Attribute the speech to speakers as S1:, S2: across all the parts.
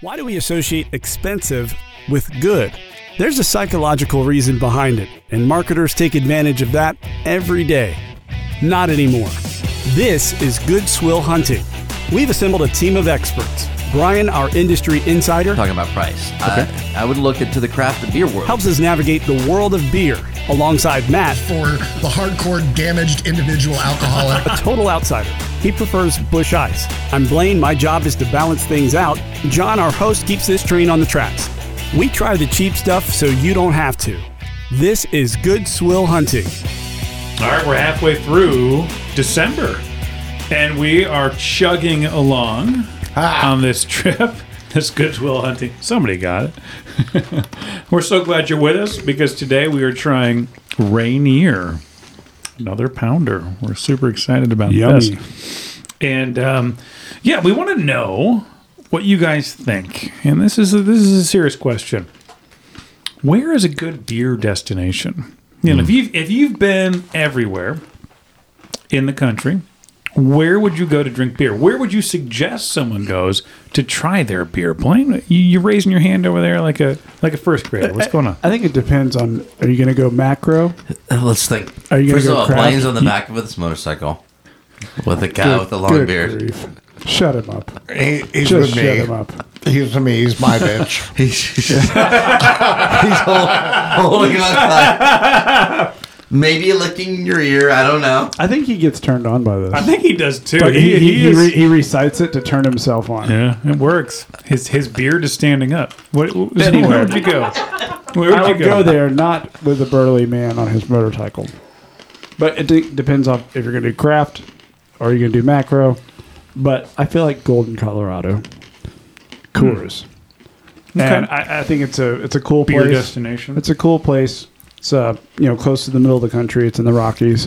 S1: Why do we associate expensive with good? There's a psychological reason behind it, and marketers take advantage of that every day. Not anymore. This is Good Swill Hunting. We've assembled a team of experts. Brian, our industry insider,
S2: talking about price. Uh, I, I would look into the craft of beer world.
S1: helps us navigate the world of beer alongside Matt,
S3: for the hardcore damaged individual alcoholic.
S1: a total outsider. He prefers bush ice. I'm Blaine. My job is to balance things out. John, our host, keeps this train on the tracks. We try the cheap stuff so you don't have to. This is Good Swill Hunting.
S4: All right, we're halfway through December, and we are chugging along on this trip. This goodwill hunting. Somebody got it. we're so glad you're with us because today we are trying Rainier, another pounder. We're super excited about this.
S1: Yummy.
S4: And um, yeah, we want to know what you guys think. And this is a, this is a serious question. Where is a good beer destination? You know, if you've if you've been everywhere in the country, where would you go to drink beer? Where would you suggest someone goes to try their beer? Blaine, you, you're raising your hand over there like a like a first grader. What's going on?
S5: I think it depends on are you going to go macro?
S2: Uh, Let's think.
S5: Are you gonna
S2: First of
S5: go
S2: all,
S5: craft?
S2: Blaine's on the back of this motorcycle with a cow Oh, with a long
S5: Good
S2: beard.
S5: grief. Shut him up.
S6: He, he's
S5: Just
S6: with
S5: shut
S6: me.
S5: him up.
S6: He's with me. He's my bitch.
S2: He's, he's hol- holding on tight. Maybe licking your ear. I don't know.
S5: I think he gets turned on by this.
S4: I think he does too.
S5: Like, he, he, he, re, he recites it to turn himself on.
S4: Yeah, it works. His his beard is standing up. What Zane, where would you go? Where would
S5: I
S4: you
S5: would go there not with a burly man on his motorcycle. But it de- depends on if you're going to do craft or you're going to do macro. But I feel like Golden, Colorado, Coors, and I, I think it's a it's a cool
S4: Beer
S5: place.
S4: destination.
S5: It's a cool place. It's uh, you know close to the middle of the country. It's in the Rockies.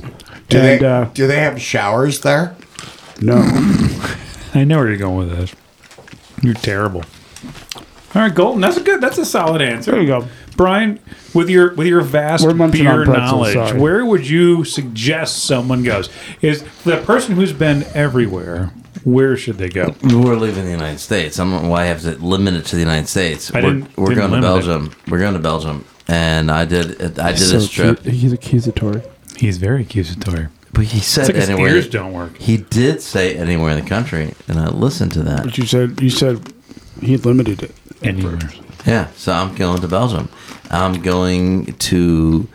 S6: Do,
S5: and
S6: they,
S5: uh,
S6: do they have showers there?
S5: no,
S4: I know where you're going with this. You're terrible. All right, Golden. That's a good. That's a solid answer.
S5: there you go.
S4: Brian. With your with your vast
S5: We're munching
S4: beer
S5: on pretzels,
S4: knowledge,
S5: sorry.
S4: where would you suggest someone goes? Is the person who's been everywhere? Where should they go?
S2: We're leaving the United States. I'm why I have to limit it to the United States.
S4: I
S2: we're
S4: didn't-
S2: we're
S4: didn't
S2: going to
S4: limit it.
S2: Belgium. We're going to Belgium. And I did I did
S5: So
S2: this trip.
S5: cute. He's accusatory.
S4: He's very accusatory.
S2: But he said
S4: It's like his
S2: anywhere.
S4: ears don't work.
S2: He did say anywhere in the country, and I listened to that.
S5: But you said you said he limited it.
S4: Anywhere.
S2: Yeah, so I'm going to Belgium. I'm going to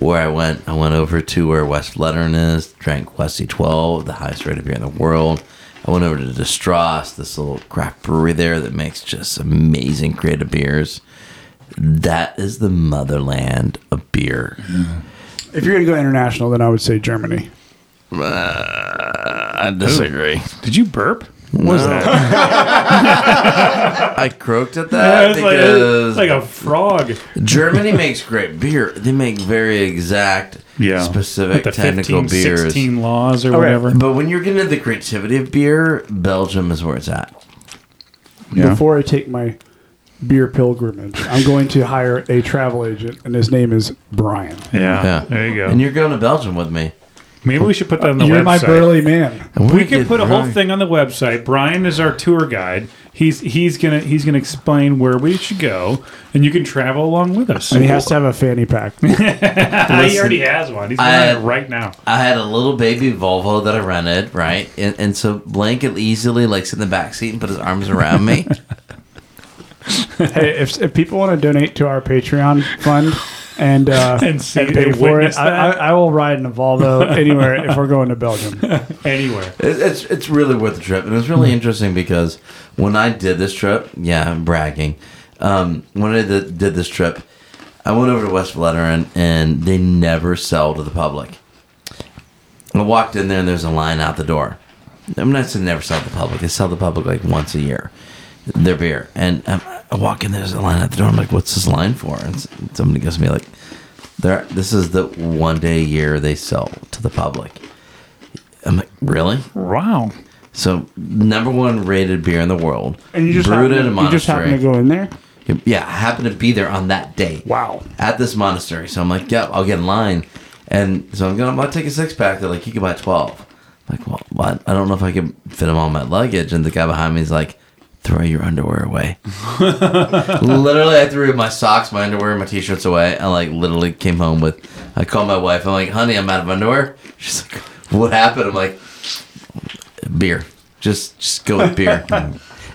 S2: where I went. I went over to where West Lettern is, drank Westy 12, the highest rated beer in the world. I went over to Distras, this little craft brewery there that makes just amazing creative beers. That is the motherland of beer.
S5: If you're going to go international, then I would say Germany.
S2: I disagree.
S4: Did you burp?
S2: I croaked at that because
S4: like a frog.
S2: Germany makes great beer. They make very exact, specific,
S4: With the
S2: technical
S4: 15,
S2: beers.
S4: 16 laws or
S5: Okay.
S4: whatever.
S2: But when you're getting into the creativity of beer, Belgium is where it's at.
S5: Before I take my beer pilgrimage, I'm going to hire a travel agent, and his name is Brian.
S4: Yeah.
S2: Yeah.
S4: There you go.
S2: And you're going to Belgium with me.
S4: Maybe we should put that on the
S5: You're
S4: website.
S5: my burly man.
S4: we could put a whole
S2: Right.
S4: thing on the website. Brian is our tour guide. He's he's gonna he's gonna explain where we should go, and you can travel along with us.
S5: And he has to have a fanny pack.
S4: Ah, he already has one. He's
S2: I-
S4: wearing it right now.
S2: I had a little baby Volvo that I rented, right? And, and so Blank could easily like sit in the back seat and put his arms around me.
S5: hey, if, if people want to donate to our Patreon fund and uh,
S4: And see-
S5: pay
S4: and
S5: for
S4: witness
S5: it, I, I,
S4: that.
S5: I will ride in a Volvo anywhere if we're going to Belgium.
S4: Anywhere.
S2: It- It's it's really worth the trip, and it's really interesting because when I did this trip, yeah, I'm bragging. Um, when I did, did this trip, I went over to West Veteran, and they never sell to the public. I walked in there, and there's a line out the door. I'm not saying never sell to the public; they sell to the public like once a year, their beer. And um, I walk in, there's a line out the door. I'm like, "What's this line for?" And s- somebody gives me like, "There, this is the one day a year they sell to the public." I'm like, "Really?"
S4: Wow.
S2: So number one rated beer in the world.
S5: And you just,
S2: brewed
S5: happen,
S2: at a
S5: you just happen to
S2: monastery.
S5: go in there?
S2: Yeah, I happened to be there on that day.
S5: Wow.
S2: At this monastery, so I'm like, yep, I'll get in line, and so I'm gonna, I'm gonna take a six pack. They're like, you can buy 12 I'm like, well, what? I don't know if I can fit them all in my luggage. And the guy behind me is like, throw your underwear away. literally, I threw my socks, my underwear, my t-shirts away. I like literally came home with. I called my wife. I'm like, honey, I'm out of underwear. She's like, what happened? I'm like, beer. Just just go with beer.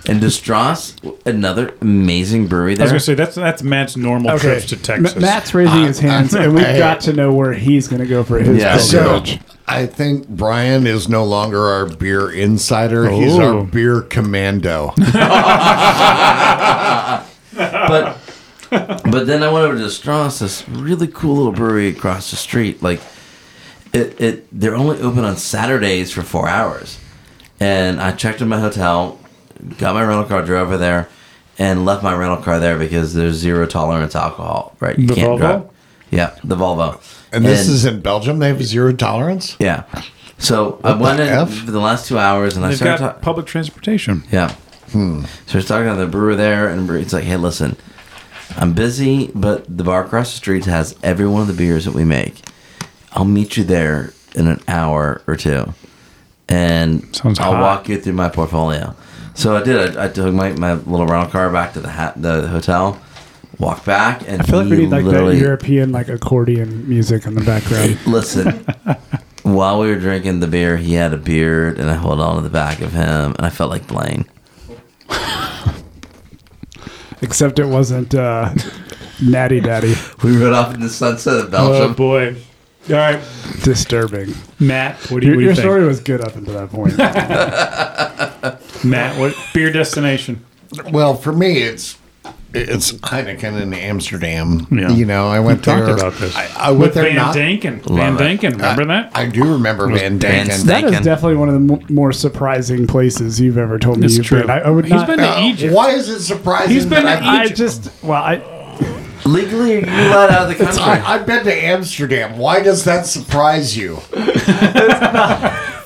S2: and Distras, another amazing brewery
S4: I was
S2: there.
S4: gonna say that's that's Matt's normal trips to Texas.
S5: M- Matt's raising his hands, and we've
S6: I-
S5: got to know where he's going to go for his.
S2: Yeah.
S5: Yeah,
S6: So I think Brian is no longer our beer insider. He's
S4: Oh.
S6: our beer commando.
S2: but but then I went over to Strauss, this really cool little brewery across the street. Like it, it they're only open on Saturdays for four hours. And I checked in my hotel, got my rental car, drove over there, and left my rental car there because there's zero tolerance alcohol. Right? You
S4: The Volvo?
S2: Yeah, the Volvo.
S6: And this is in Belgium. They have zero tolerance.
S2: yeah. So I went
S6: the
S2: in
S6: F?
S2: for the last two hours, and I
S4: They've got
S2: started talking.
S4: public transportation.
S2: Yeah. So he's talking to the brewer there, and it's like, hey, listen, I'm busy, but the bar across the street has every one of the beers that we make. I'll meet you there in an hour or two, and
S4: Sounds
S2: I'll
S4: hot.
S2: walk you through my portfolio. So I did. I, I took my, my little rental car back to the ha- the hotel, walked back, and
S5: I feel like we
S2: he
S5: need like that
S2: literally-
S5: European like accordion music in the background.
S2: Listen, while we were drinking the beer, he had a beard, and I held on to the back of him, and I felt like Blaine.
S5: Except it wasn't uh, Natty Daddy.
S2: We rode off in the sunset of
S4: Oh
S2: Belgium.
S4: boy! All right,
S5: Disturbing.
S4: Matt. What do you, what do
S5: Your,
S4: you
S5: your
S4: think?
S5: story was good up until that point.
S4: Matt, what beer destination?
S6: Well, for me, it's it's Heineken in Amsterdam.
S4: Yeah.
S6: You know, I went
S4: Talked
S6: there.
S4: about this.
S6: I, I went
S4: With
S6: there
S4: Van
S6: not.
S4: Danken.
S2: Love
S4: Van
S2: it.
S4: Danken. Remember that?
S6: I do remember Van
S2: Van
S6: Danken.
S2: Sta-
S5: That is
S2: Bacon.
S5: definitely one of the mo- more surprising places you've ever told me
S4: It's
S5: you've
S4: true.
S5: been. I, I would
S4: He's
S5: not,
S4: been to
S6: Uh,
S4: Egypt.
S6: Why is it surprising?
S4: He's been
S6: that
S4: to
S6: I-
S5: I just well, I
S2: Uh, Legally, you allowed out of the country.
S6: I, I've been to Amsterdam. Why does that surprise you?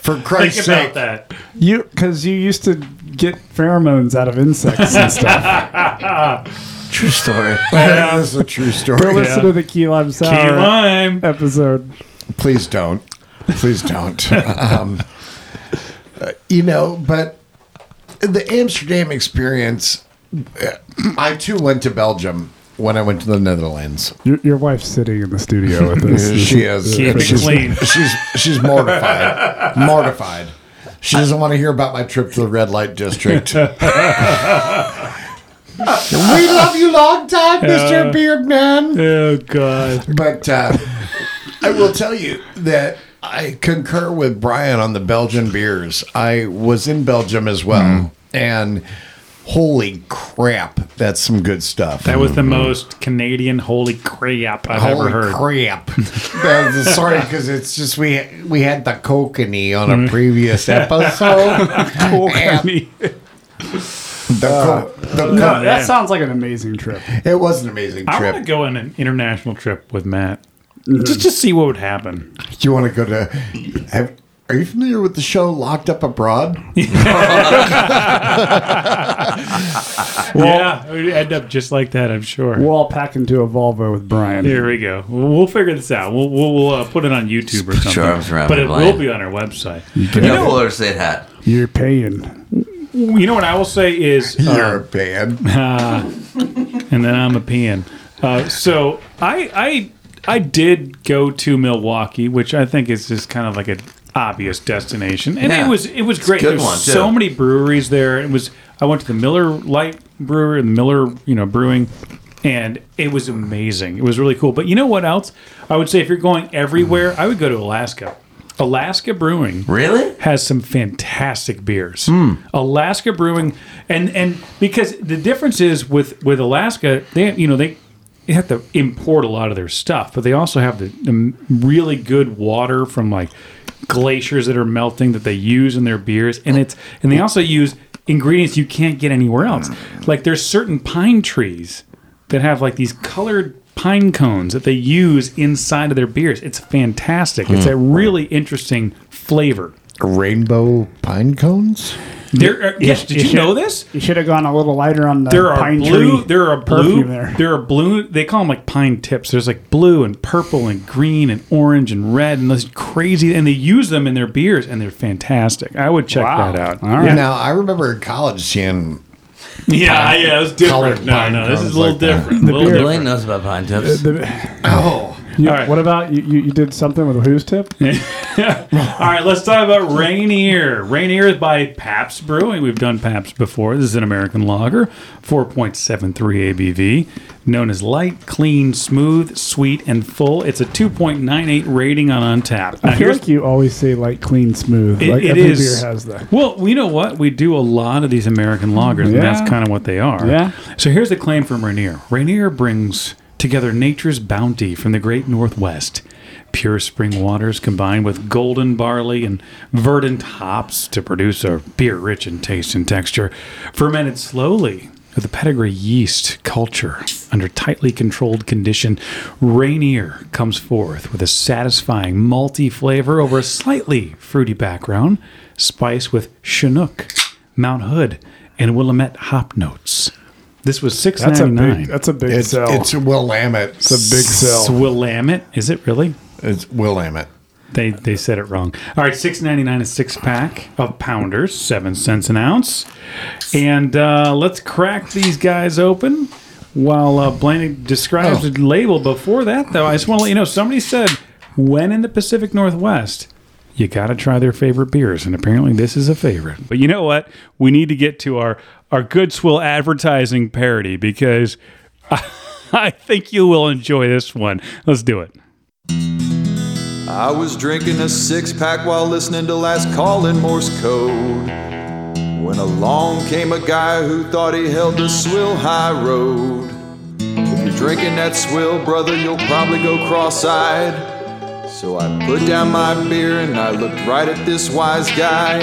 S6: For
S4: Think
S6: Christ's
S4: about
S6: sake,
S4: that.
S5: you because you used to get pheromones out of insects and stuff.
S2: True story.
S6: that is a true
S5: Go
S6: story.
S5: listen to the Key Lime Sour
S4: Key lime.
S5: episode.
S6: Please don't. Please don't. um, uh, you know, but the Amsterdam experience. uh, I too went to Belgium when I went to the Netherlands.
S5: Your, your wife's sitting in the studio with us.
S6: She is.
S4: Keep it
S6: she's,
S4: clean.
S6: She's she's mortified. mortified. She doesn't want to hear about my trip to the red light district. we love you long time, Mr. Beardman.
S4: Oh god.
S6: But uh, I will tell you that I concur with Brian on the Belgian beers. I was in Belgium as
S4: Mm-hmm.
S6: well, and holy crap, that's some good stuff.
S4: That was the most Canadian holy crap I've
S6: Holy
S4: ever heard.
S6: crap! That was- Sorry, because it's just we we had the kokanee on a previous episode. And the co- the co-
S5: No, that sounds like an amazing trip.
S6: it was an amazing
S4: I want to
S6: trip.
S4: go on an international trip with Matt. Just to see what would happen.
S6: you want to go to? Have, are you familiar with the show Locked Up Abroad?
S4: yeah, it would end up just like that, I'm sure.
S5: We'll all pack into a Volvo with Brian.
S4: Here we go. We'll, we'll figure this out. We'll, we'll, we'll uh, put it on YouTube or something.
S2: your arms around
S4: but
S2: my
S4: it
S2: line.
S4: will be on our website.
S2: You know, Fuller State hat.
S5: You're paying.
S4: You know what I will say is, uh,
S6: You're a band.
S4: and then I'm a peon. Uh, so I I I did go to Milwaukee, which I think is just kind of like an obvious destination, and
S2: Yeah.
S4: it was it was great.
S2: good
S4: There's
S2: one, too.
S4: so many breweries there. It was I went to the Miller Light Brewer and Miller you know Brewing. And it was amazing. It was really cool. But you know what else? I would say if you're going everywhere, I would go to Alaska. Alaska Brewing
S2: Really?
S4: has some fantastic beers. Alaska Brewing, and and because the difference is with with Alaska, they you know they. They have to import a lot of their stuff, but they also have the, the really good water from like glaciers that are melting that they use in their beers, and it's and they also use ingredients you can't get anywhere else. Like there's certain pine trees that have like these colored pine cones that they use inside of their beers. It's fantastic. It's a really interesting flavor.
S6: Rainbow pine cones.
S4: There are, yes, did you know this?
S5: You should have gone a little lighter on the
S4: There are
S5: pine
S4: blue.
S5: tree.
S4: There are blue.
S5: perfume there.
S4: There. are blue. They call them like pine tips. There's like blue and purple and green and orange and red and those crazy. And they use them in their beers and they're fantastic. I would check
S5: Wow.
S4: that out.
S5: All right.
S6: Now I remember in college seeing
S4: Yeah, yeah, it's different.
S6: colored
S4: No,
S6: pine
S4: no, this
S6: cones
S4: is a little
S6: like that.
S4: different. A little
S5: beer-
S2: Blaine
S4: different.
S2: knows about pine tips.
S5: The-
S6: Oh,
S5: you-
S4: All right.
S5: What about you, you? You did something with a who's tip?
S4: All right, let's talk about Rainier. Rainier is by Pabst Brewing. We've done Pabst before. This is an American lager, 4.73 ABV, known as light, clean, smooth, sweet, and full. It's a 2.98 rating on Untappd. Now,
S5: I feel like you always say like clean, smooth.
S4: It-
S5: like
S4: it
S5: every
S4: is-
S5: beer has that.
S4: Well, you know what? We do a lot of these American lagers, and
S5: Yeah.
S4: that's kind of what they are.
S5: Yeah.
S4: So here's the claim from Rainier Rainier brings together nature's bounty from the great Northwest. Pure spring waters combined with golden barley and verdant hops to produce a beer rich in taste and texture, fermented slowly with a pedigree yeast culture under tightly controlled condition. Rainier comes forth with a satisfying malty flavor over a slightly fruity background, spiced with Chinook, Mount Hood, and Willamette hop notes. This was six
S5: That's
S4: ninety
S5: a big.
S4: nine.
S5: That's a big
S6: it's
S5: sell.
S6: it's Willamette. It's a
S5: big sell.
S4: Willamette, is it really?
S6: It's Willamette.
S4: They they said it wrong. All right, six ninety nine a six pack of pounders, seven cents an ounce, and uh, let's crack these guys open. While uh, Blaine describes the label before that, though, I just want to let you know somebody said when in the Pacific Northwest. You got to try their favorite beers, and apparently this is a favorite. But you know what? We need to get to our our Goodswill advertising parody because I, I think you will enjoy this one. Let's do it.
S7: I was drinking a six pack while listening to Last Call in Morse Code. When along came a guy who thought he held the swill high road. If you're drinking that swill, brother, you'll probably go cross eyed. So I put down my beer and I looked right at this wise guy.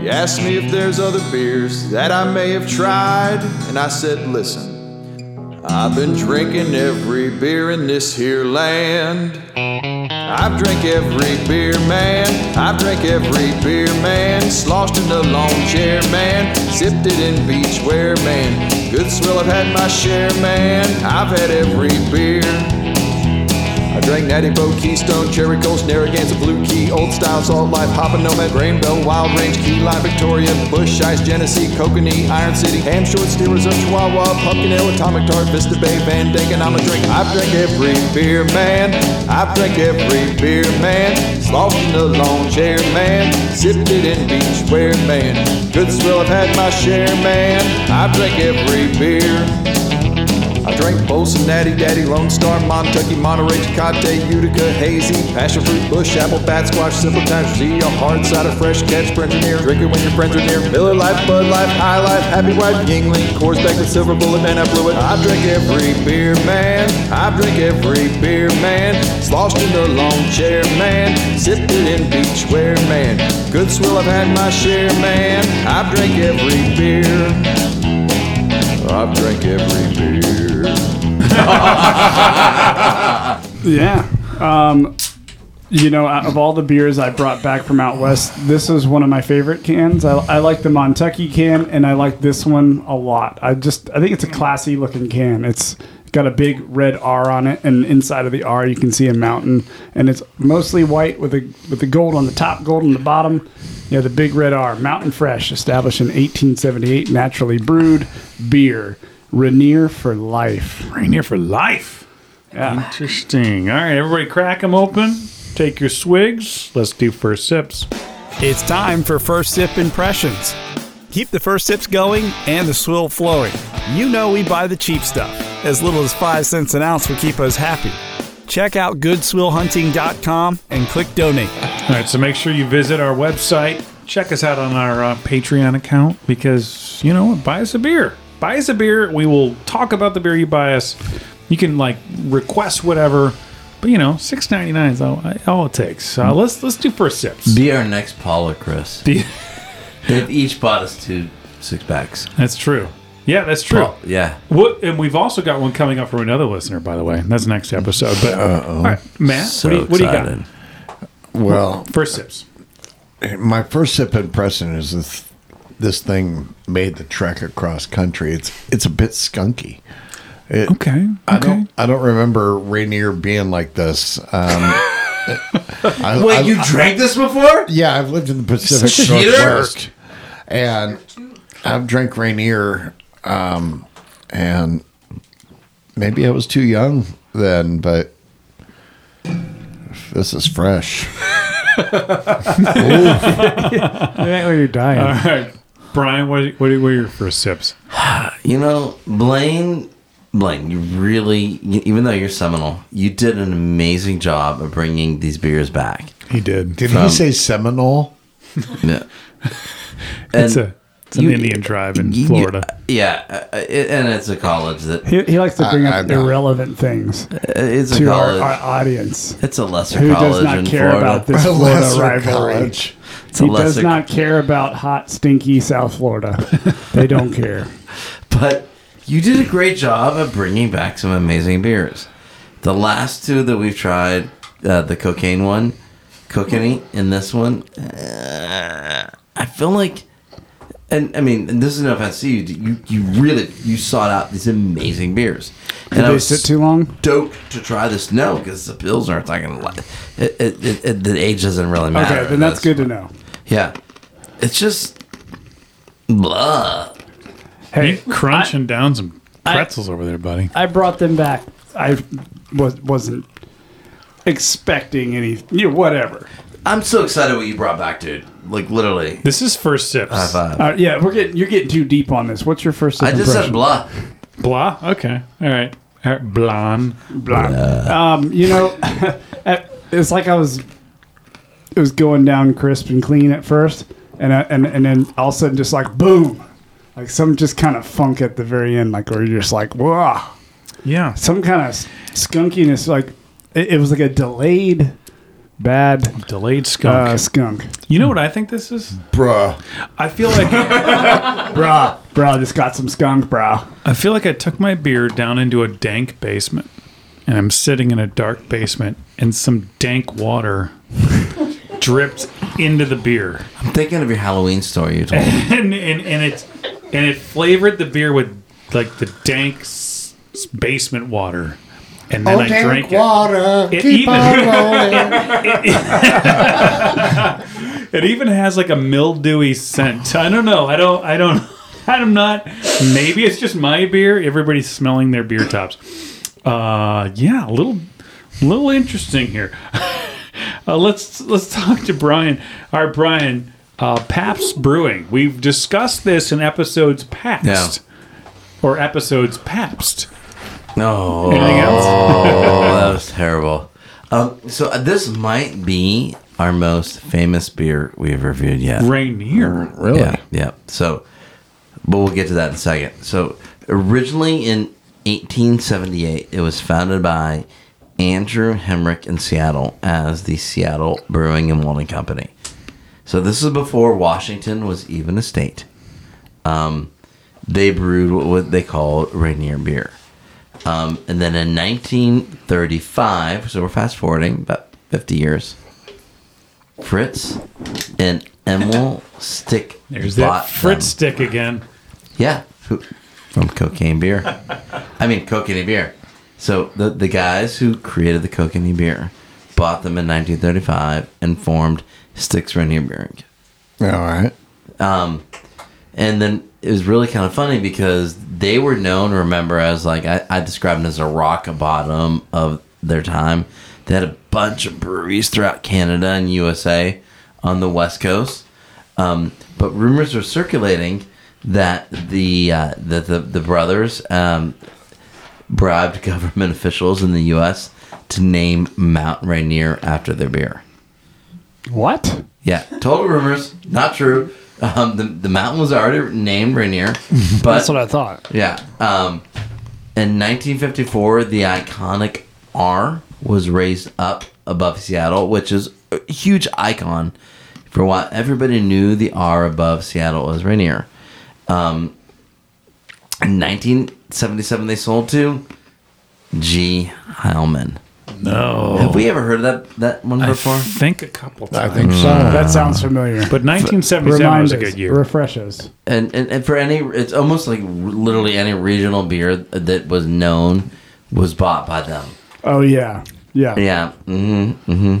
S7: He asked me if there's other beers that I may have tried, and I said, Listen, I've been drinking every beer in this here land. I've drank every beer, man. I've drank every beer, man. Sloshed in the long chair, man. Sipped it in beachwear, man. Good swell, I've had my share, man. I've had every beer. I drank Natty Bow, Keystone, Cherry Coast, Narragansett, Blue Key, Old Style, Salt Life, Hoppa Nomad, Rainbow, Wild Range, Key Lime, Victoria, Bush Ice, Genesee, Kokanee, Iron City, Ham Short, Steelers of Chihuahua, Pumpkin Ale, Atomic Tart, Vista Bay, Van Deken. I'm a drink. I've drank every beer, man. I've drank every beer, man. Sloshed in the lawn chair, man. Sipped it in beachwear, man. Good swell, I've had my share, man. I've drank every beer. I drank Bolson, Natty Daddy, Lone Star, Montucky, Monterey, Tecate, Utica, Hazy, Passion Fruit, Bush, Apple, Bat Squash, Simple Times, G, a hard cider, fresh catch, French near, drink it when your friends are near, Miller Life, Bud Life, High Life, Happy Wife, Yingling, Coors Beck, the Silver Bullet, Man, I blew it. I drink every beer, man. I drink every beer, man. Sloshed in the long chair, man. Sipped it in beachwear, man. Good swill, I've had my share, man. I drink every beer. I drink every beer.
S5: Yeah. Um, you know, out of all the beers I brought back from out west, this is one of my favorite cans. I, I like the Montucky can, and I like this one a lot. I just, I think it's a classy looking can. It's got a big red R on it, and inside of the R you can see a mountain, and it's mostly white with a with the gold on the top, gold on the bottom. Yeah, the big red R, Mountain Fresh, established in 1878, naturally brewed beer, Rainier for life.
S4: Rainier for life.
S5: Yeah.
S4: Interesting. All right, everybody, crack them open. Take your swigs. Let's do first sips.
S1: It's time for First Sip Impressions. Keep the first sips going and the swill flowing. You know we buy the cheap stuff. As little as 5 cents an ounce will keep us happy. Check out goodswillhunting.com and click donate.
S4: All right, so make sure you visit our website. Check us out on our uh, Patreon account because you know what? Buy us a beer. Buy us a beer. We will talk about the beer you buy us. You can like request whatever, but you know, six ninety nine is all, all it takes. Uh, let's let's do first sips.
S2: Be our next Paul or Chris.
S4: Be-
S2: They've each bought us two six packs.
S4: That's true. Yeah, that's true.
S2: Paul, yeah.
S4: What, and we've also got one coming up from another listener, by the way. That's next episode. But all right, Matt,
S2: So
S4: what, do you, what do you got?
S2: excited.
S6: Well,
S4: First sips.
S6: my first sip impression is this. This thing made the trek across country. It's it's a bit skunky. It-
S4: Okay.
S6: I don't I don't remember Rainier being like this. Um, I-
S2: Wait,
S6: I-
S2: you drank this before?
S6: Yeah, I've lived in the Pacific
S2: Cheater.
S6: Northwest, and I've drank Rainier, um, and maybe I was too young then, but this is fresh.
S5: when you're dying.
S4: All right, Brian, what what were your first sips?
S2: You know, Blaine, Blaine, you really, you- even though you're Seminole, you did an amazing job of bringing these beers back.
S4: He did.
S6: Did he say Seminole?
S2: Yeah.
S4: It's
S2: And
S4: a it's an
S2: you-
S4: Indian tribe in
S2: you-
S4: Florida.
S2: Yeah, uh, it, and it's a college that uh,
S5: He, he likes to bring
S6: I- I
S5: up
S6: know.
S5: irrelevant things
S2: it's a
S5: to our,
S2: college.
S5: our audience
S2: it's a lesser
S5: who
S2: college
S5: does not
S2: in
S5: care
S2: Florida.
S5: about this Florida
S6: Lesser
S5: rivalry.
S6: college.
S2: It's a
S5: He does
S2: lesser-
S5: not care about hot, stinky South Florida. they don't care.
S2: but you did a great job of bringing back some amazing beers. The last two that we've tried, uh, the cocaine one, cocaine, and this one, uh, I feel like, and I mean, and this is no offense to you, you, you really you sought out these amazing beers. And
S5: Did
S2: I
S5: they
S2: was
S5: sit too long?
S2: stoked to try this. No, because the pills aren't talking. It, it, it, it, the age doesn't really matter.
S5: Okay, then
S2: in
S5: that's
S2: this.
S5: good to know.
S2: Yeah, it's just blah.
S5: Hey,
S4: You crunching down some pretzels over there, buddy.
S5: I brought them back. I was, wasn't expecting any. Yeah, whatever.
S2: I'm so excited what you brought back, dude. Like literally.
S4: This is first sips.
S2: High five.
S5: Uh, yeah, we're getting you're getting too deep on this. What's your first
S2: I just said
S5: impression?
S2: blah.
S4: Blah. Okay. All right. All right. Blonde.
S5: Um, you know, at- it's like I was, it was going down crisp and clean at first, and I, and and then all of a sudden, just like boom, like some just kind of funk at the very end, like where you're just like whoa,
S4: Yeah.
S5: some kind of skunkiness. Like it, it was like a delayed bad
S4: Delayed skunk.
S5: uh, skunk.
S4: you know what I think this is?
S6: Bruh.
S4: I feel like
S5: Bruh, bro, just got some skunk, bro.
S4: I feel like I took my beer down into a dank basement, and I'm sitting in a dark basement, and some dank water dripped into the beer,
S2: I'm thinking of your Halloween story you told. me.
S4: and and and it and it flavored the beer with like the dank s- basement water, and then
S6: Oh,
S4: I drank
S6: dank
S4: it.
S6: water.
S4: It
S6: keep
S4: even-
S6: on rolling.
S4: It even has like a mildewy scent. I don't know. I don't. I don't. I'm not. Maybe it's just my beer. Everybody's smelling their beer tops. Uh, yeah, a little, little interesting here. uh, let's let's talk to Brian. Our Brian, uh, Paps Brewing. We've discussed this in episodes past, or episodes past.
S2: No,
S4: Anything else?
S2: that Oh, was terrible. Um, so uh, this might be our most famous beer we've reviewed yet.
S4: Oh. Rainier.
S6: really?
S2: Yeah, yeah. So, but we'll get to that in a second. So, originally in 1878, it was founded by Andrew Hemrick in Seattle as the Seattle Brewing and Malting Company. So, this is before Washington was even a state. Um, they brewed what- what they called Rainier beer. Um, and then in 1935, so we're fast forwarding about 50 years, Fritz and Emil Stick
S4: There's
S2: bought
S4: that
S2: them.
S4: Fritz stick again.
S2: Yeah. Who, from cocaine beer. I mean, cocaine beer. So the, the guys who created the cocaine beer bought them in 1935 and formed Sticks Rainier Brewing.
S6: All right.
S2: And then it was really kind of funny because they were known, remember, as like I, I described them as a rock bottom of their time. They had a bunch of breweries throughout Canada and USA on the West Coast. Um, but rumors were circulating that the uh, that the, the brothers um, bribed government officials in the U.S. to name Mount Rainier after their beer.
S5: What?
S2: Yeah, total rumors, not true. Um, the, the mountain was already named Rainier, but
S5: That's what I thought.
S2: yeah. Um, in 1954, the iconic R was raised up above Seattle, which is a huge icon. For a while, everybody knew the R above Seattle was Rainier. Um, in 1977, they sold to G. Heilman. No. Have we ever heard of that, that one before?
S4: I think a couple
S6: I
S4: times.
S6: think so.
S2: Mm.
S5: That sounds familiar.
S4: But 1977
S5: Remind
S4: was a
S5: us,
S4: good year.
S5: refresh us.
S2: and, and and for any, it's almost like literally any regional beer that was known was bought by them.
S5: Oh yeah, yeah.
S2: Yeah. hmm hmm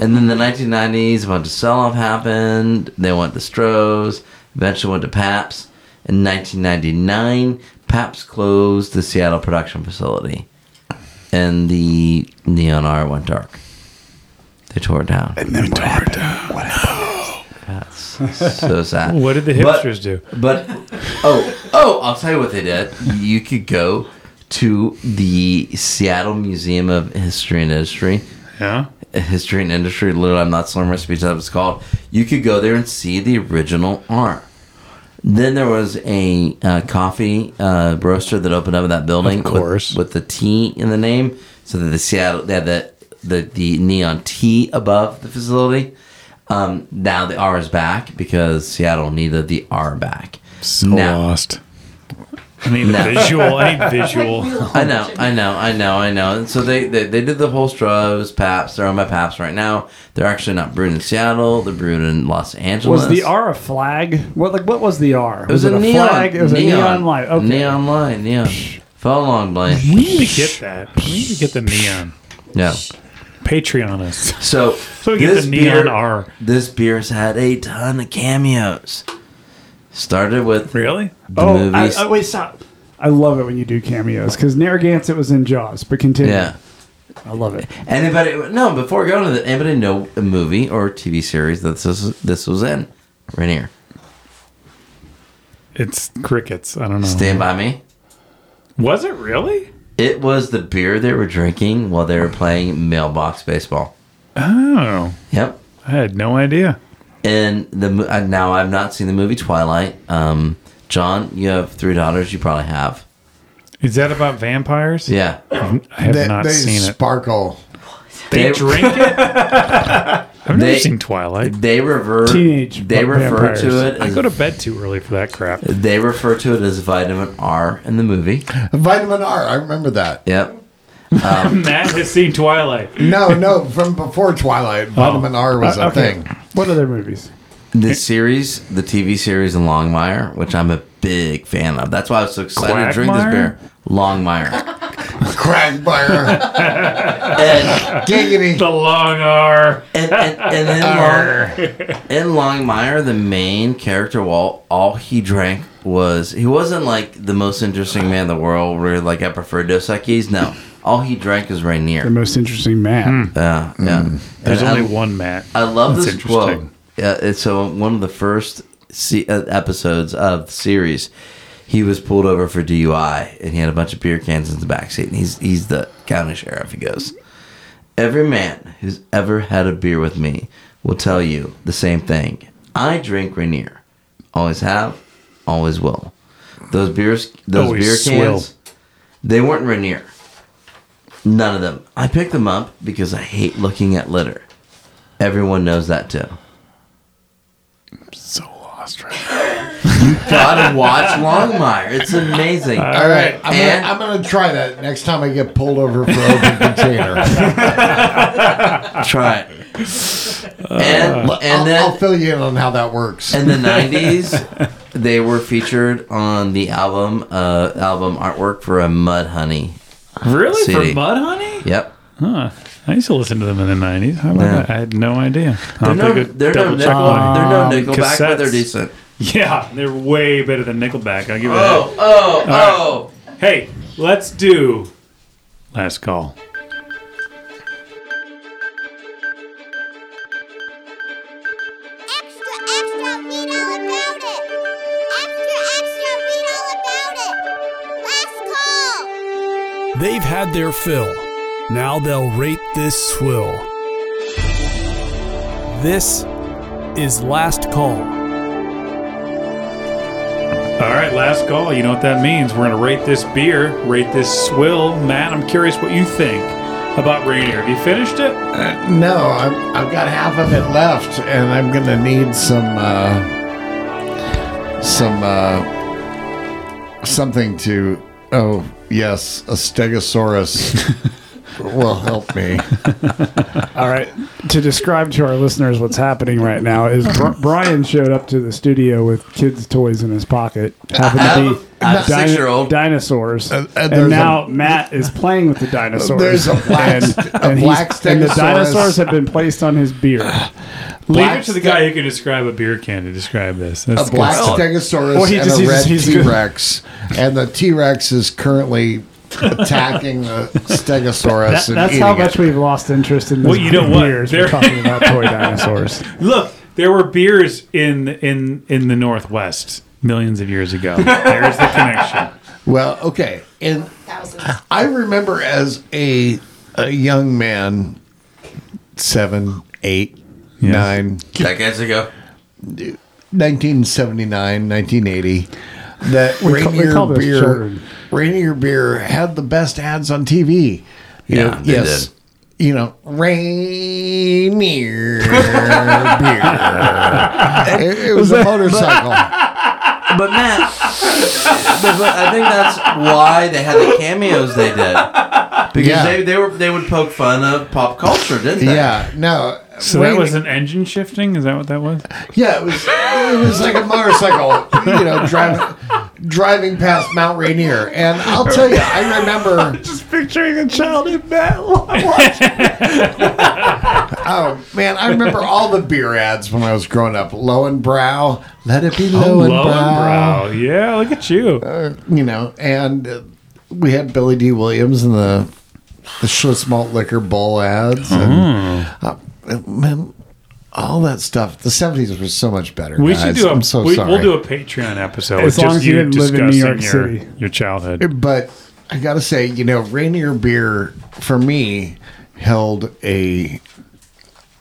S2: And then the 1990s, a bunch of sell-off happened. They went to Stroh's, eventually went to Paps, In 1999, Paps closed the Seattle production facility, and the neon R went dark. They tore it down. And then tore it down. That's so sad.
S4: What did the
S2: But-
S4: hipsters do?
S2: But oh oh, I'll tell you what they did. You could go to the Seattle Museum of History and Industry
S4: Yeah.
S2: history and industry. Literally, I'm not slurring my speech. That was called. You could go there and see the original R. Then there was a uh, coffee uh, roaster that opened up in that building,
S6: Of course.
S2: with, with the T in the name, so that the Seattle they had the the, the neon T above the facility. Um, now the R is back because Seattle needed the R back.
S8: So
S2: Now-
S8: lost.
S4: I need
S2: No.
S4: visual. I need visual.
S2: I know, I know, I know, I know. And so they, they they did the whole Strubs, Paps. They're on my Paps right now. They're actually not brewed in Seattle. They're brewed in Los Angeles.
S5: Was the R a flag? What like what was the R?
S2: It was, a, neon,
S5: flag? It was a neon light. Okay.
S2: Neon light. Neon. Follow along, Blaine.
S4: We need to get that. We need to get the neon.
S2: Yeah.
S4: Patreon us.
S2: So,
S4: So we get the neon R.
S2: This beer's had a ton of cameos. Started with
S4: Really?
S2: the
S5: Oh, I,
S2: movies.
S5: I- wait, stop. I love it when you do cameos because Narragansett was in Jaws, but continue.
S2: yeah.
S5: I love it.
S2: Anybody? No. Before going to that, anybody know a movie or TV series that this this was in? Rainier.
S4: It's crickets. I don't know.
S2: Stand by me.
S4: Was it really?
S2: It was the beer they were drinking while they were playing mailbox baseball.
S4: Oh,
S2: Yep.
S4: I had no idea.
S2: And the mo- uh, now I've not seen the movie Twilight. Um, John, you have three daughters. You probably have.
S4: Is that about vampires?
S2: Yeah,
S4: I have
S6: They,
S4: not
S6: they
S4: seen it.
S6: sparkle.
S2: they
S4: Drink it. I've never
S2: They-
S4: seen Twilight.
S2: They revert.
S5: Teenage
S2: They refer
S5: vampires.
S2: to it.
S4: I
S2: As,
S4: go to bed too early for that crap.
S2: they refer to it as vitamin R in the movie.
S6: Vitamin R. I remember that.
S2: Yep.
S4: Matt has seen Twilight.
S6: No, no, from before Twilight,
S4: Oh.
S6: Vitamin R was a
S5: Uh, okay.
S6: thing.
S5: What other movies?
S2: The series, the TV series in Longmire, which I'm a big fan of. That's why I was so excited to drink this beer.
S4: Quagmire?
S2: Longmire.
S6: Quagmire,
S2: And,
S6: giggity.
S4: The long R.
S2: and, and, and in, Long, in Longmire, the main character, Walt, all he drank was he wasn't like the most interesting man in the world. Where like I prefer Dos Equis. No, all he drank was Rainier.
S5: The most interesting man.
S2: Yeah, yeah.
S4: There's
S2: And
S4: only
S2: I-
S4: one Matt.
S2: I love
S4: That's
S2: this quote. Yeah, it's so one of the first se- uh, episodes of the series. He was pulled over for DUI, and he had a bunch of beer cans in the backseat. And he's he's the county sheriff. He goes, "Every man who's ever had a beer with me will tell you the same thing. I drink Rainier. Always have, always will. Those beers, those
S4: Always
S2: beer
S4: swill.
S2: cans, they weren't Rainier. None of them. I picked them up because I hate looking at litter. Everyone knows that too."
S8: So lost. Right?
S2: gotta watch Longmire. It's amazing.
S4: Uh,
S6: All right, I'm
S2: And-
S6: gonna, I'm gonna try that next time I get pulled over for open container.
S2: Try it.
S4: uh,
S2: And,
S6: I'll,
S2: and then
S6: I'll fill you in on how that works.
S2: in the '90s, they were featured on the album uh, album artwork for a Mud Honey.
S4: Really?
S2: CD.
S4: For Mud Honey?
S2: Yep.
S4: Huh. I used to listen to them in the 90s. How about
S2: Yeah.
S4: that? I had no idea.
S2: They're
S4: I'll
S2: no,
S4: take a
S2: they're, no
S4: double check
S2: nickel,
S4: on it.
S2: they're no Nickelback, but they're
S4: cassettes.
S2: decent.
S4: Yeah, they're way better than Nickelback. I'll give you that.
S2: Oh, oh, oh.
S4: Hey, let's do last call.
S9: Extra, extra, read all about it. Extra, extra, read all about it. Last call.
S1: They've had their fill. Now they'll rate this swill. This is Last Call.
S4: All right, last call. You know what that means. We're going to rate this beer, rate this swill. Matt, I'm curious what you think about Rainier. Have you finished it?
S6: No, I'm, I've got half of it left, and I'm gonna need some uh, some uh, something to. Oh yes, a stegosaurus will help me.
S5: All right. To describe to our listeners what's happening right now is Br- Brian showed up to the studio with kids' toys in his pocket, happened to
S2: Have,
S5: be
S2: I'm
S5: Dino-
S2: six year old.
S5: dinosaurs,
S6: And- and
S5: and,
S6: there's
S5: now
S6: a-
S5: Matt is playing with the dinosaurs.
S6: There's a black- a
S5: he's-
S6: black
S5: and the
S6: stegosaurus.
S5: dinosaurs have been placed on his beard.
S4: Leave
S6: Black
S4: it to the
S6: ste-
S4: guy who can describe a beer can to describe this. That's
S6: a black
S4: good.
S6: stegosaurus
S5: Well, he
S6: and
S5: just-
S6: a
S5: he's-
S6: red
S5: he's
S6: T Rex, and the T Rex is currently attacking the stegosaurus.
S5: That-
S6: and
S5: that's
S6: eating
S5: how
S6: it.
S5: much we've lost interest in this
S4: Well, you know what?
S5: years.
S4: There-
S5: We're talking about toy dinosaurs.
S4: Look, there were beers in in in the Northwest millions of years ago. There's the connection.
S6: Well, okay, and
S8: Thousands.
S6: I remember as a a young man, seven, eight, nine,
S2: Decades ago.
S6: 1979, 1980, that
S5: ca- we
S6: Rainier
S5: call those
S6: beer,
S5: children.
S6: Rainier beer had the best ads on TV. You
S2: Yeah,
S6: know,
S2: they
S6: yes.
S2: did.
S6: You know, Rainier beer. It, it was a motorcycle.
S2: But Matt, but, but I think that's why they had the cameos they did because
S6: Yeah.
S2: they, they were they would poke fun of pop culture, didn't they?
S6: yeah, no.
S4: So that
S6: Rain-
S4: was an engine shifting. Is that what that was?
S6: Yeah, it was. It was like a motorcycle. You know, driving driving past Mount Rainier, and I'll tell you, I remember.
S5: Just picturing a child in that.
S6: Oh man, I remember all the beer ads when I was growing up. Low and brow, let it be low, and,
S4: Oh, Low
S6: brow,
S4: and brow. Yeah, look at you.
S6: You know, and uh, we had Billy D. Williams and the the Schlitz malt liquor bowl ads, and
S4: Mm-hmm.
S6: uh, man, all that stuff. The seventies were so much better.
S4: we
S6: guys.
S4: should do a.
S6: I'm so
S4: we,
S6: sorry.
S4: will do a Patreon episode.
S5: As
S4: with
S5: long
S4: just
S5: as you didn't live in New York
S4: discussing your,
S5: City.
S4: your childhood.
S6: but I gotta say, you know, Rainier beer for me held a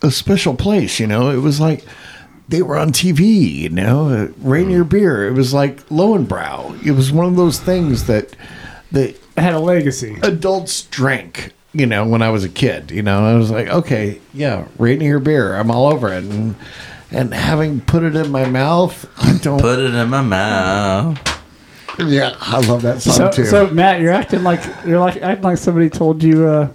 S6: a special place. You know, it was like they were on TV. You know, uh,
S5: Mm.
S6: Rainier beer. It was like Lowenbrow. It was one of those things that that
S5: Had a legacy.
S6: adults drank. You know, when I was a kid, you know, I was like, okay, yeah, Rainier beer. I'm all over it, and and having put it in my mouth, I don't.
S2: Put it in my mouth.
S6: yeah, I love that song
S5: So,
S6: too.
S5: so Matt, you're acting like you're like acting like somebody told you uh,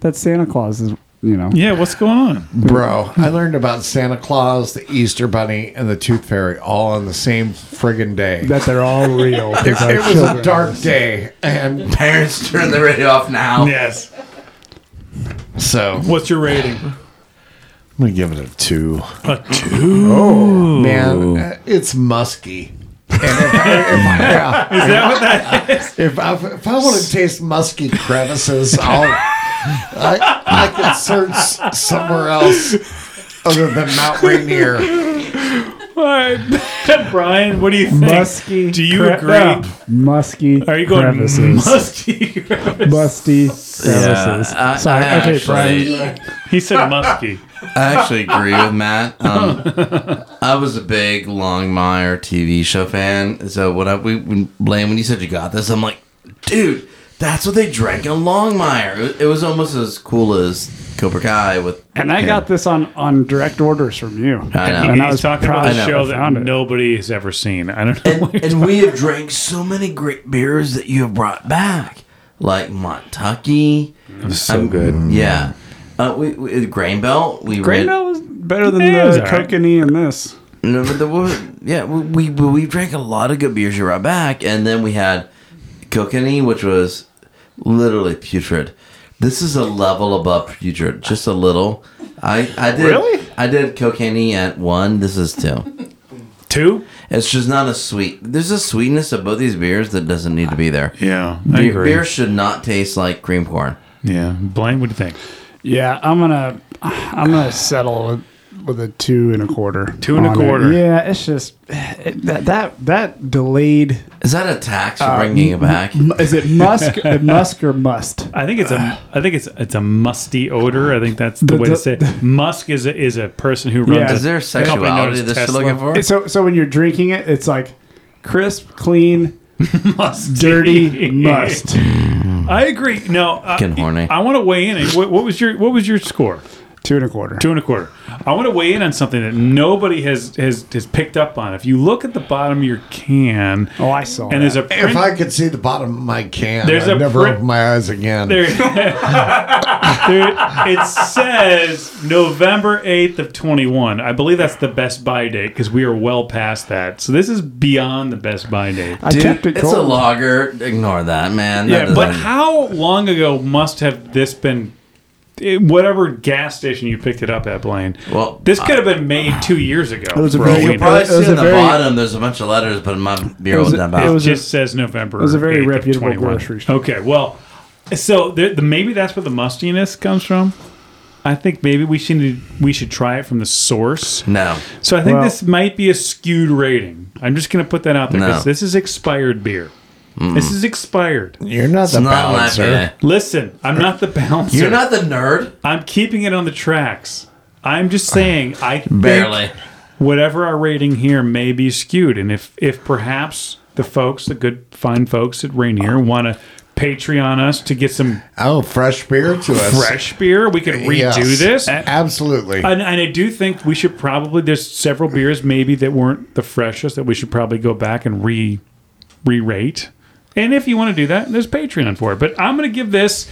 S5: that Santa Claus is you know.
S4: Yeah, what's going on?
S6: Bro, I learned about Santa Claus, the Easter Bunny, and the Tooth Fairy all on the same friggin' day.
S5: That they're all real.
S6: it, it was a dark day, and
S2: Parents, turn the radio off now.
S4: Yes.
S6: so I'm
S4: What's your rating?
S6: gonna give it a two.
S4: A two.
S6: Man, uh, it's musky. And if I, if I, If I, if I want to taste musky crevices, I'll I, I can search somewhere else other than Mount Rainier.
S4: All right. Brian, what do you think?
S5: Musky.
S4: Do you
S5: cre-
S4: agree?
S5: no, musky.
S4: Are you going
S5: crevices?
S4: musky?
S5: Musty
S2: Yeah,
S5: crevices.
S2: I,
S5: Sorry.
S2: I
S5: okay, Brian.
S2: actually,
S4: he said musky.
S2: I actually agree with Matt. Um, I was a big Longmire TV show fan, so when I we when, Blaine, when you said you got this, I'm like, dude, that's what they drank in Longmire. It, it was almost as cool as Cobra Kai with.
S5: And I got this on on direct orders from you.
S2: I know.
S5: And I
S4: He's
S5: was
S4: talking about
S5: proud
S4: a
S5: I
S4: show
S5: know.
S4: that
S5: Found it.
S4: nobody has ever seen. I don't know.
S2: and, and we have drank so many great beers that you have brought back, like Montucky.
S4: so
S2: good. Yeah. Uh, we, we Grain Belt. We
S5: Grain
S2: read-
S5: Bell was better than
S4: Yeah, it was
S5: the
S4: all right.
S5: Kokanee in this.
S2: No, but the one- yeah, we, we we drank a lot of good beers. You right back, and then we had Kilkenny, which was literally putrid. This is a level above putrid, just a little. I I did
S5: Really?
S2: I did Kilkenny at one. This is two.
S4: Two?
S2: It's just not as sweet. There's a sweetness of both these beers that doesn't need to be there.
S4: Yeah. I
S2: Beer,
S4: agree.
S2: beer should not taste like cream corn.
S4: Yeah. Blaine, what do you think?
S5: Yeah, I'm gonna I'm gonna settle with, with a two and a quarter.
S4: Two and a
S5: on it.
S4: quarter.
S5: Yeah, it's just it, that that that delayed.
S2: Is that a tax
S5: Uh,
S2: for bringing it back?
S5: Is it musk? musk or must?
S4: I think it's a I think it's it's a musty odor. I think that's the,
S5: The-
S4: way
S5: the-
S4: to say it. Musk is a, is a person who runs.
S5: Yeah.
S4: a
S2: Is there
S4: company known
S2: sexuality
S4: as
S2: that you're
S4: Tesla.
S2: looking for?
S5: So so when you're drinking it, it's like crisp, clean, dirty must.
S4: I agree. No, uh,
S2: Fucking horny.
S4: I want to weigh in. What, what was your what was your score?
S5: Two Two and a quarter.
S4: Two and a quarter. I want to weigh in on something that nobody has has has picked up on. If you look at the bottom of your can,
S5: Oh, I saw.
S4: and
S5: that.
S4: there's a
S6: If
S4: print,
S6: I could see the bottom of my can,
S4: There's
S6: I'd
S4: a
S6: never
S4: print-
S6: open my eyes again.
S4: there, there- it says November eighth of twenty one. I believe that's the best buy date because we are well past that. So this is beyond the best buy date.
S5: I
S2: Dude,
S5: kept it
S2: it's a
S5: cold.
S2: lager. Ignore that, man. That
S4: Yeah, but
S2: doesn't-
S4: how long ago must have this been? eh, Whatever gas station you picked it up at, Blaine.
S2: Well,
S4: this could have been made two years ago. It
S5: was a
S2: You
S5: very-
S2: can
S5: It
S2: probably
S5: was
S2: see
S5: a
S2: on the
S5: very-
S2: bottom. There's a bunch of letters, but my beer
S5: was
S2: was
S5: a-
S2: not
S5: it
S4: It
S5: was
S2: about.
S4: just says November. It
S5: was a very reputable grocery store.
S4: Okay, well, so there, the, maybe that's where the mustiness comes from. I think maybe we should we should try it from the source.
S2: No,
S4: So I think
S5: Well-
S4: this might be a skewed rating. I'm just going to put that out there
S2: No.
S4: because this is expired beer. This is expired.
S6: You're not
S2: it's
S6: the
S2: not like
S6: balancer.
S2: that.
S4: Listen, I'm not the bouncer.
S2: You're not the nerd.
S4: I'm keeping it on the tracks. I'm just saying I think
S2: Barely.
S4: whatever our rating here may be skewed, and if if perhaps the folks, the good fine folks at Rainier, want to Patreon us to get some
S6: Oh, fresh beer to us.
S4: fresh beer, we could redo
S6: Yes.
S4: this. And,
S6: Absolutely.
S4: and I do think we should probably there's several beers maybe that weren't the freshest that we should probably go back and re re-rate. And if you want to do that, there's Patreon for it. But I'm going to give this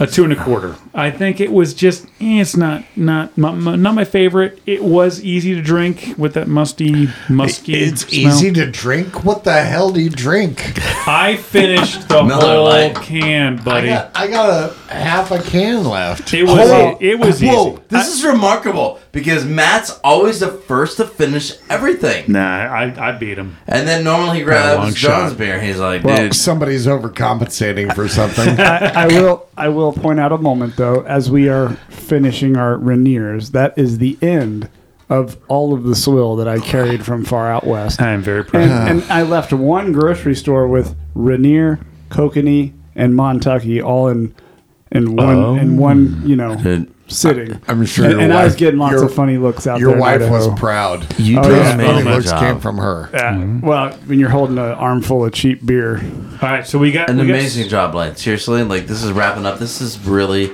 S4: a two and a quarter. I think it was just eh, it's not not my, my- not my favorite. It was easy to drink with that musty musky.
S6: it's
S4: smell.
S6: easy to drink. What the hell do you drink?
S4: I finished the
S2: Miller
S4: whole
S2: Lite.
S4: can,
S6: I
S4: buddy.
S6: got, I got a half a can left.
S4: It was e-
S2: Whoa.
S4: it was
S2: Whoa,
S4: easy.
S2: this is remarkable because Matt's always the first to finish everything,
S4: Nah, I, I beat him.
S2: and then normally he
S4: long
S2: grabs
S4: shot.
S2: John's beer. He's like,
S6: Well,
S2: dude,
S6: somebody's overcompensating for something.
S5: I will. I will point out a moment though, as we are finishing our Rainiers, that is the end of all of the swill that I carried from far out west,
S4: I am very proud.
S5: and, and I left one grocery store with Rainier, Kokanee, and Montucky all in in one in one you know
S2: Dude.
S5: sitting.
S6: I'm sure
S5: and,
S6: your
S5: and I was
S6: wife-
S5: getting lots
S6: your-
S5: of funny looks out
S6: Your
S5: there. in
S6: wife was
S5: Idaho.
S6: proud.
S2: you
S5: Oh,
S2: just
S5: yeah.
S2: made
S6: Funny
S2: my
S6: looks came
S2: job.
S6: from her.
S5: Yeah. Well, when you're holding an armful of cheap beer,
S4: All right, so we got
S2: An
S4: we got-
S2: amazing job, Blaine. Seriously, like this is wrapping up. This is really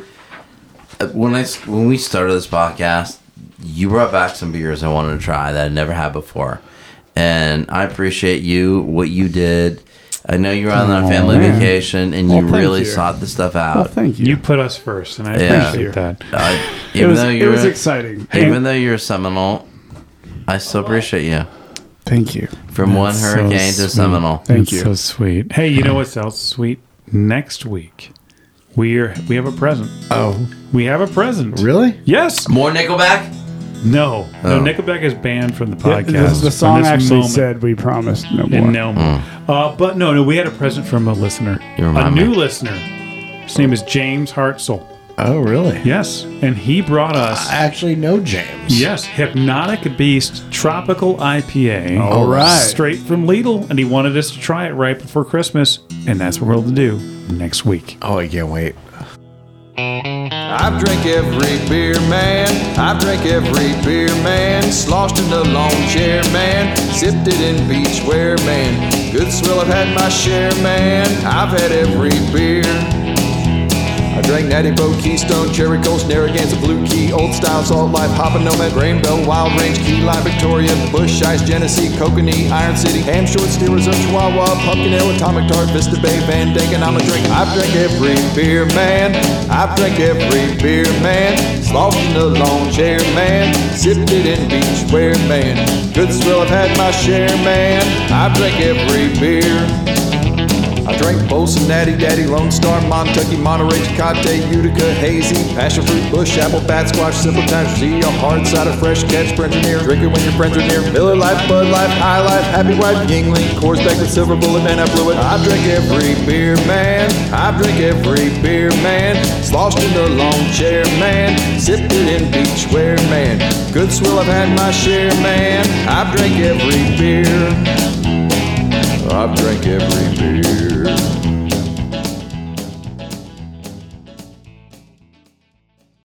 S2: uh, when I s- when we started this podcast, you brought back some beers I wanted to try that I never had before, and I appreciate you what you did. I know you were on a family
S5: man.
S2: vacation and
S5: Well,
S2: you
S5: thank
S2: really
S5: you.
S2: sought this stuff
S5: well,
S2: out.
S5: Oh, thank you.
S4: You put us first, and I
S2: Yeah.
S4: appreciate that.
S2: I,
S5: it
S2: even
S5: was
S2: though
S5: it
S2: you're
S5: was exciting.
S2: even though you're a Seminole, I still appreciate you
S5: Thank you.
S2: from one
S4: That's so
S2: hurricane to
S4: sweet.
S2: Seminole.
S5: Thank
S4: That's
S5: you.
S4: So sweet. Hey, you know what's else sweet? Next week, we are we have a present.
S6: Oh,
S4: We have a present.
S6: really?
S4: Yes.
S2: More Nickelback.
S4: No.
S2: Oh.
S4: No. Nickelback is banned from the
S5: Yeah,
S4: podcast.
S5: this-
S4: from
S5: the song
S4: this
S5: actually
S4: moment.
S5: said we promised no more.
S4: And no more. Uh, but no, no, we had a present from a listener,
S2: Hmm. You
S4: a
S2: remind
S4: new
S2: me.
S4: listener. His name is James Hartzell.
S6: Oh, really?
S4: Yes, and he brought us
S6: I actually know James.
S4: yes, Hypnotic Beast Tropical IPA.
S6: All right.
S4: straight from Lidl, and he wanted us to try it right before Christmas, and that's what we're going to do next week.
S6: Oh, I can't wait.
S7: I drink every beer, man. I drink every beer, man. Sloshed in the lawn chair, man. Sipped it in beachwear, man. Good swill, I've had my share, man. I've had every beer. I drank Natty Bow, Keystone, Cherry Coast, Narragansett, Blue Key, Old Style, Salt Life, Hopper Nomad, Rainbow, Wild Range, Key Lime, Victoria, Bush Ice, Genesee, Kokanee, Iron City, Ham Short, Steelers of Chihuahua, Pumpkin Ale, Atomic Tart, Vista Bay, Van Degen. I'm a drink. I've drank every beer, man. I've drank every beer, man. Sloshed in the lawn chair, man. Sipped it in beachwear, man. Good swell, I've had my share, man. I've drank every beer. I drank Bosun, Natty Daddy, Lone Star, Montucky, Monterey, Tecate, Utica, Hazy, Passion Fruit, Bush, Apple, Bat Squash, Simple Times, Zia, Hard Cider, Fresh Catch, Brenton Near, Drink it when your friends are near, Miller Life, Bud Life, High Life, Happy Wife, Yingling, Coors Banquet, Silver Bullet, and I blew it. I drink every beer, man. I drink every beer, man. Sloshed in the lawn chair, man. Sipped it in beachwear, man. Good swill, I've had my share, man. I drink every beer. I drink every beer.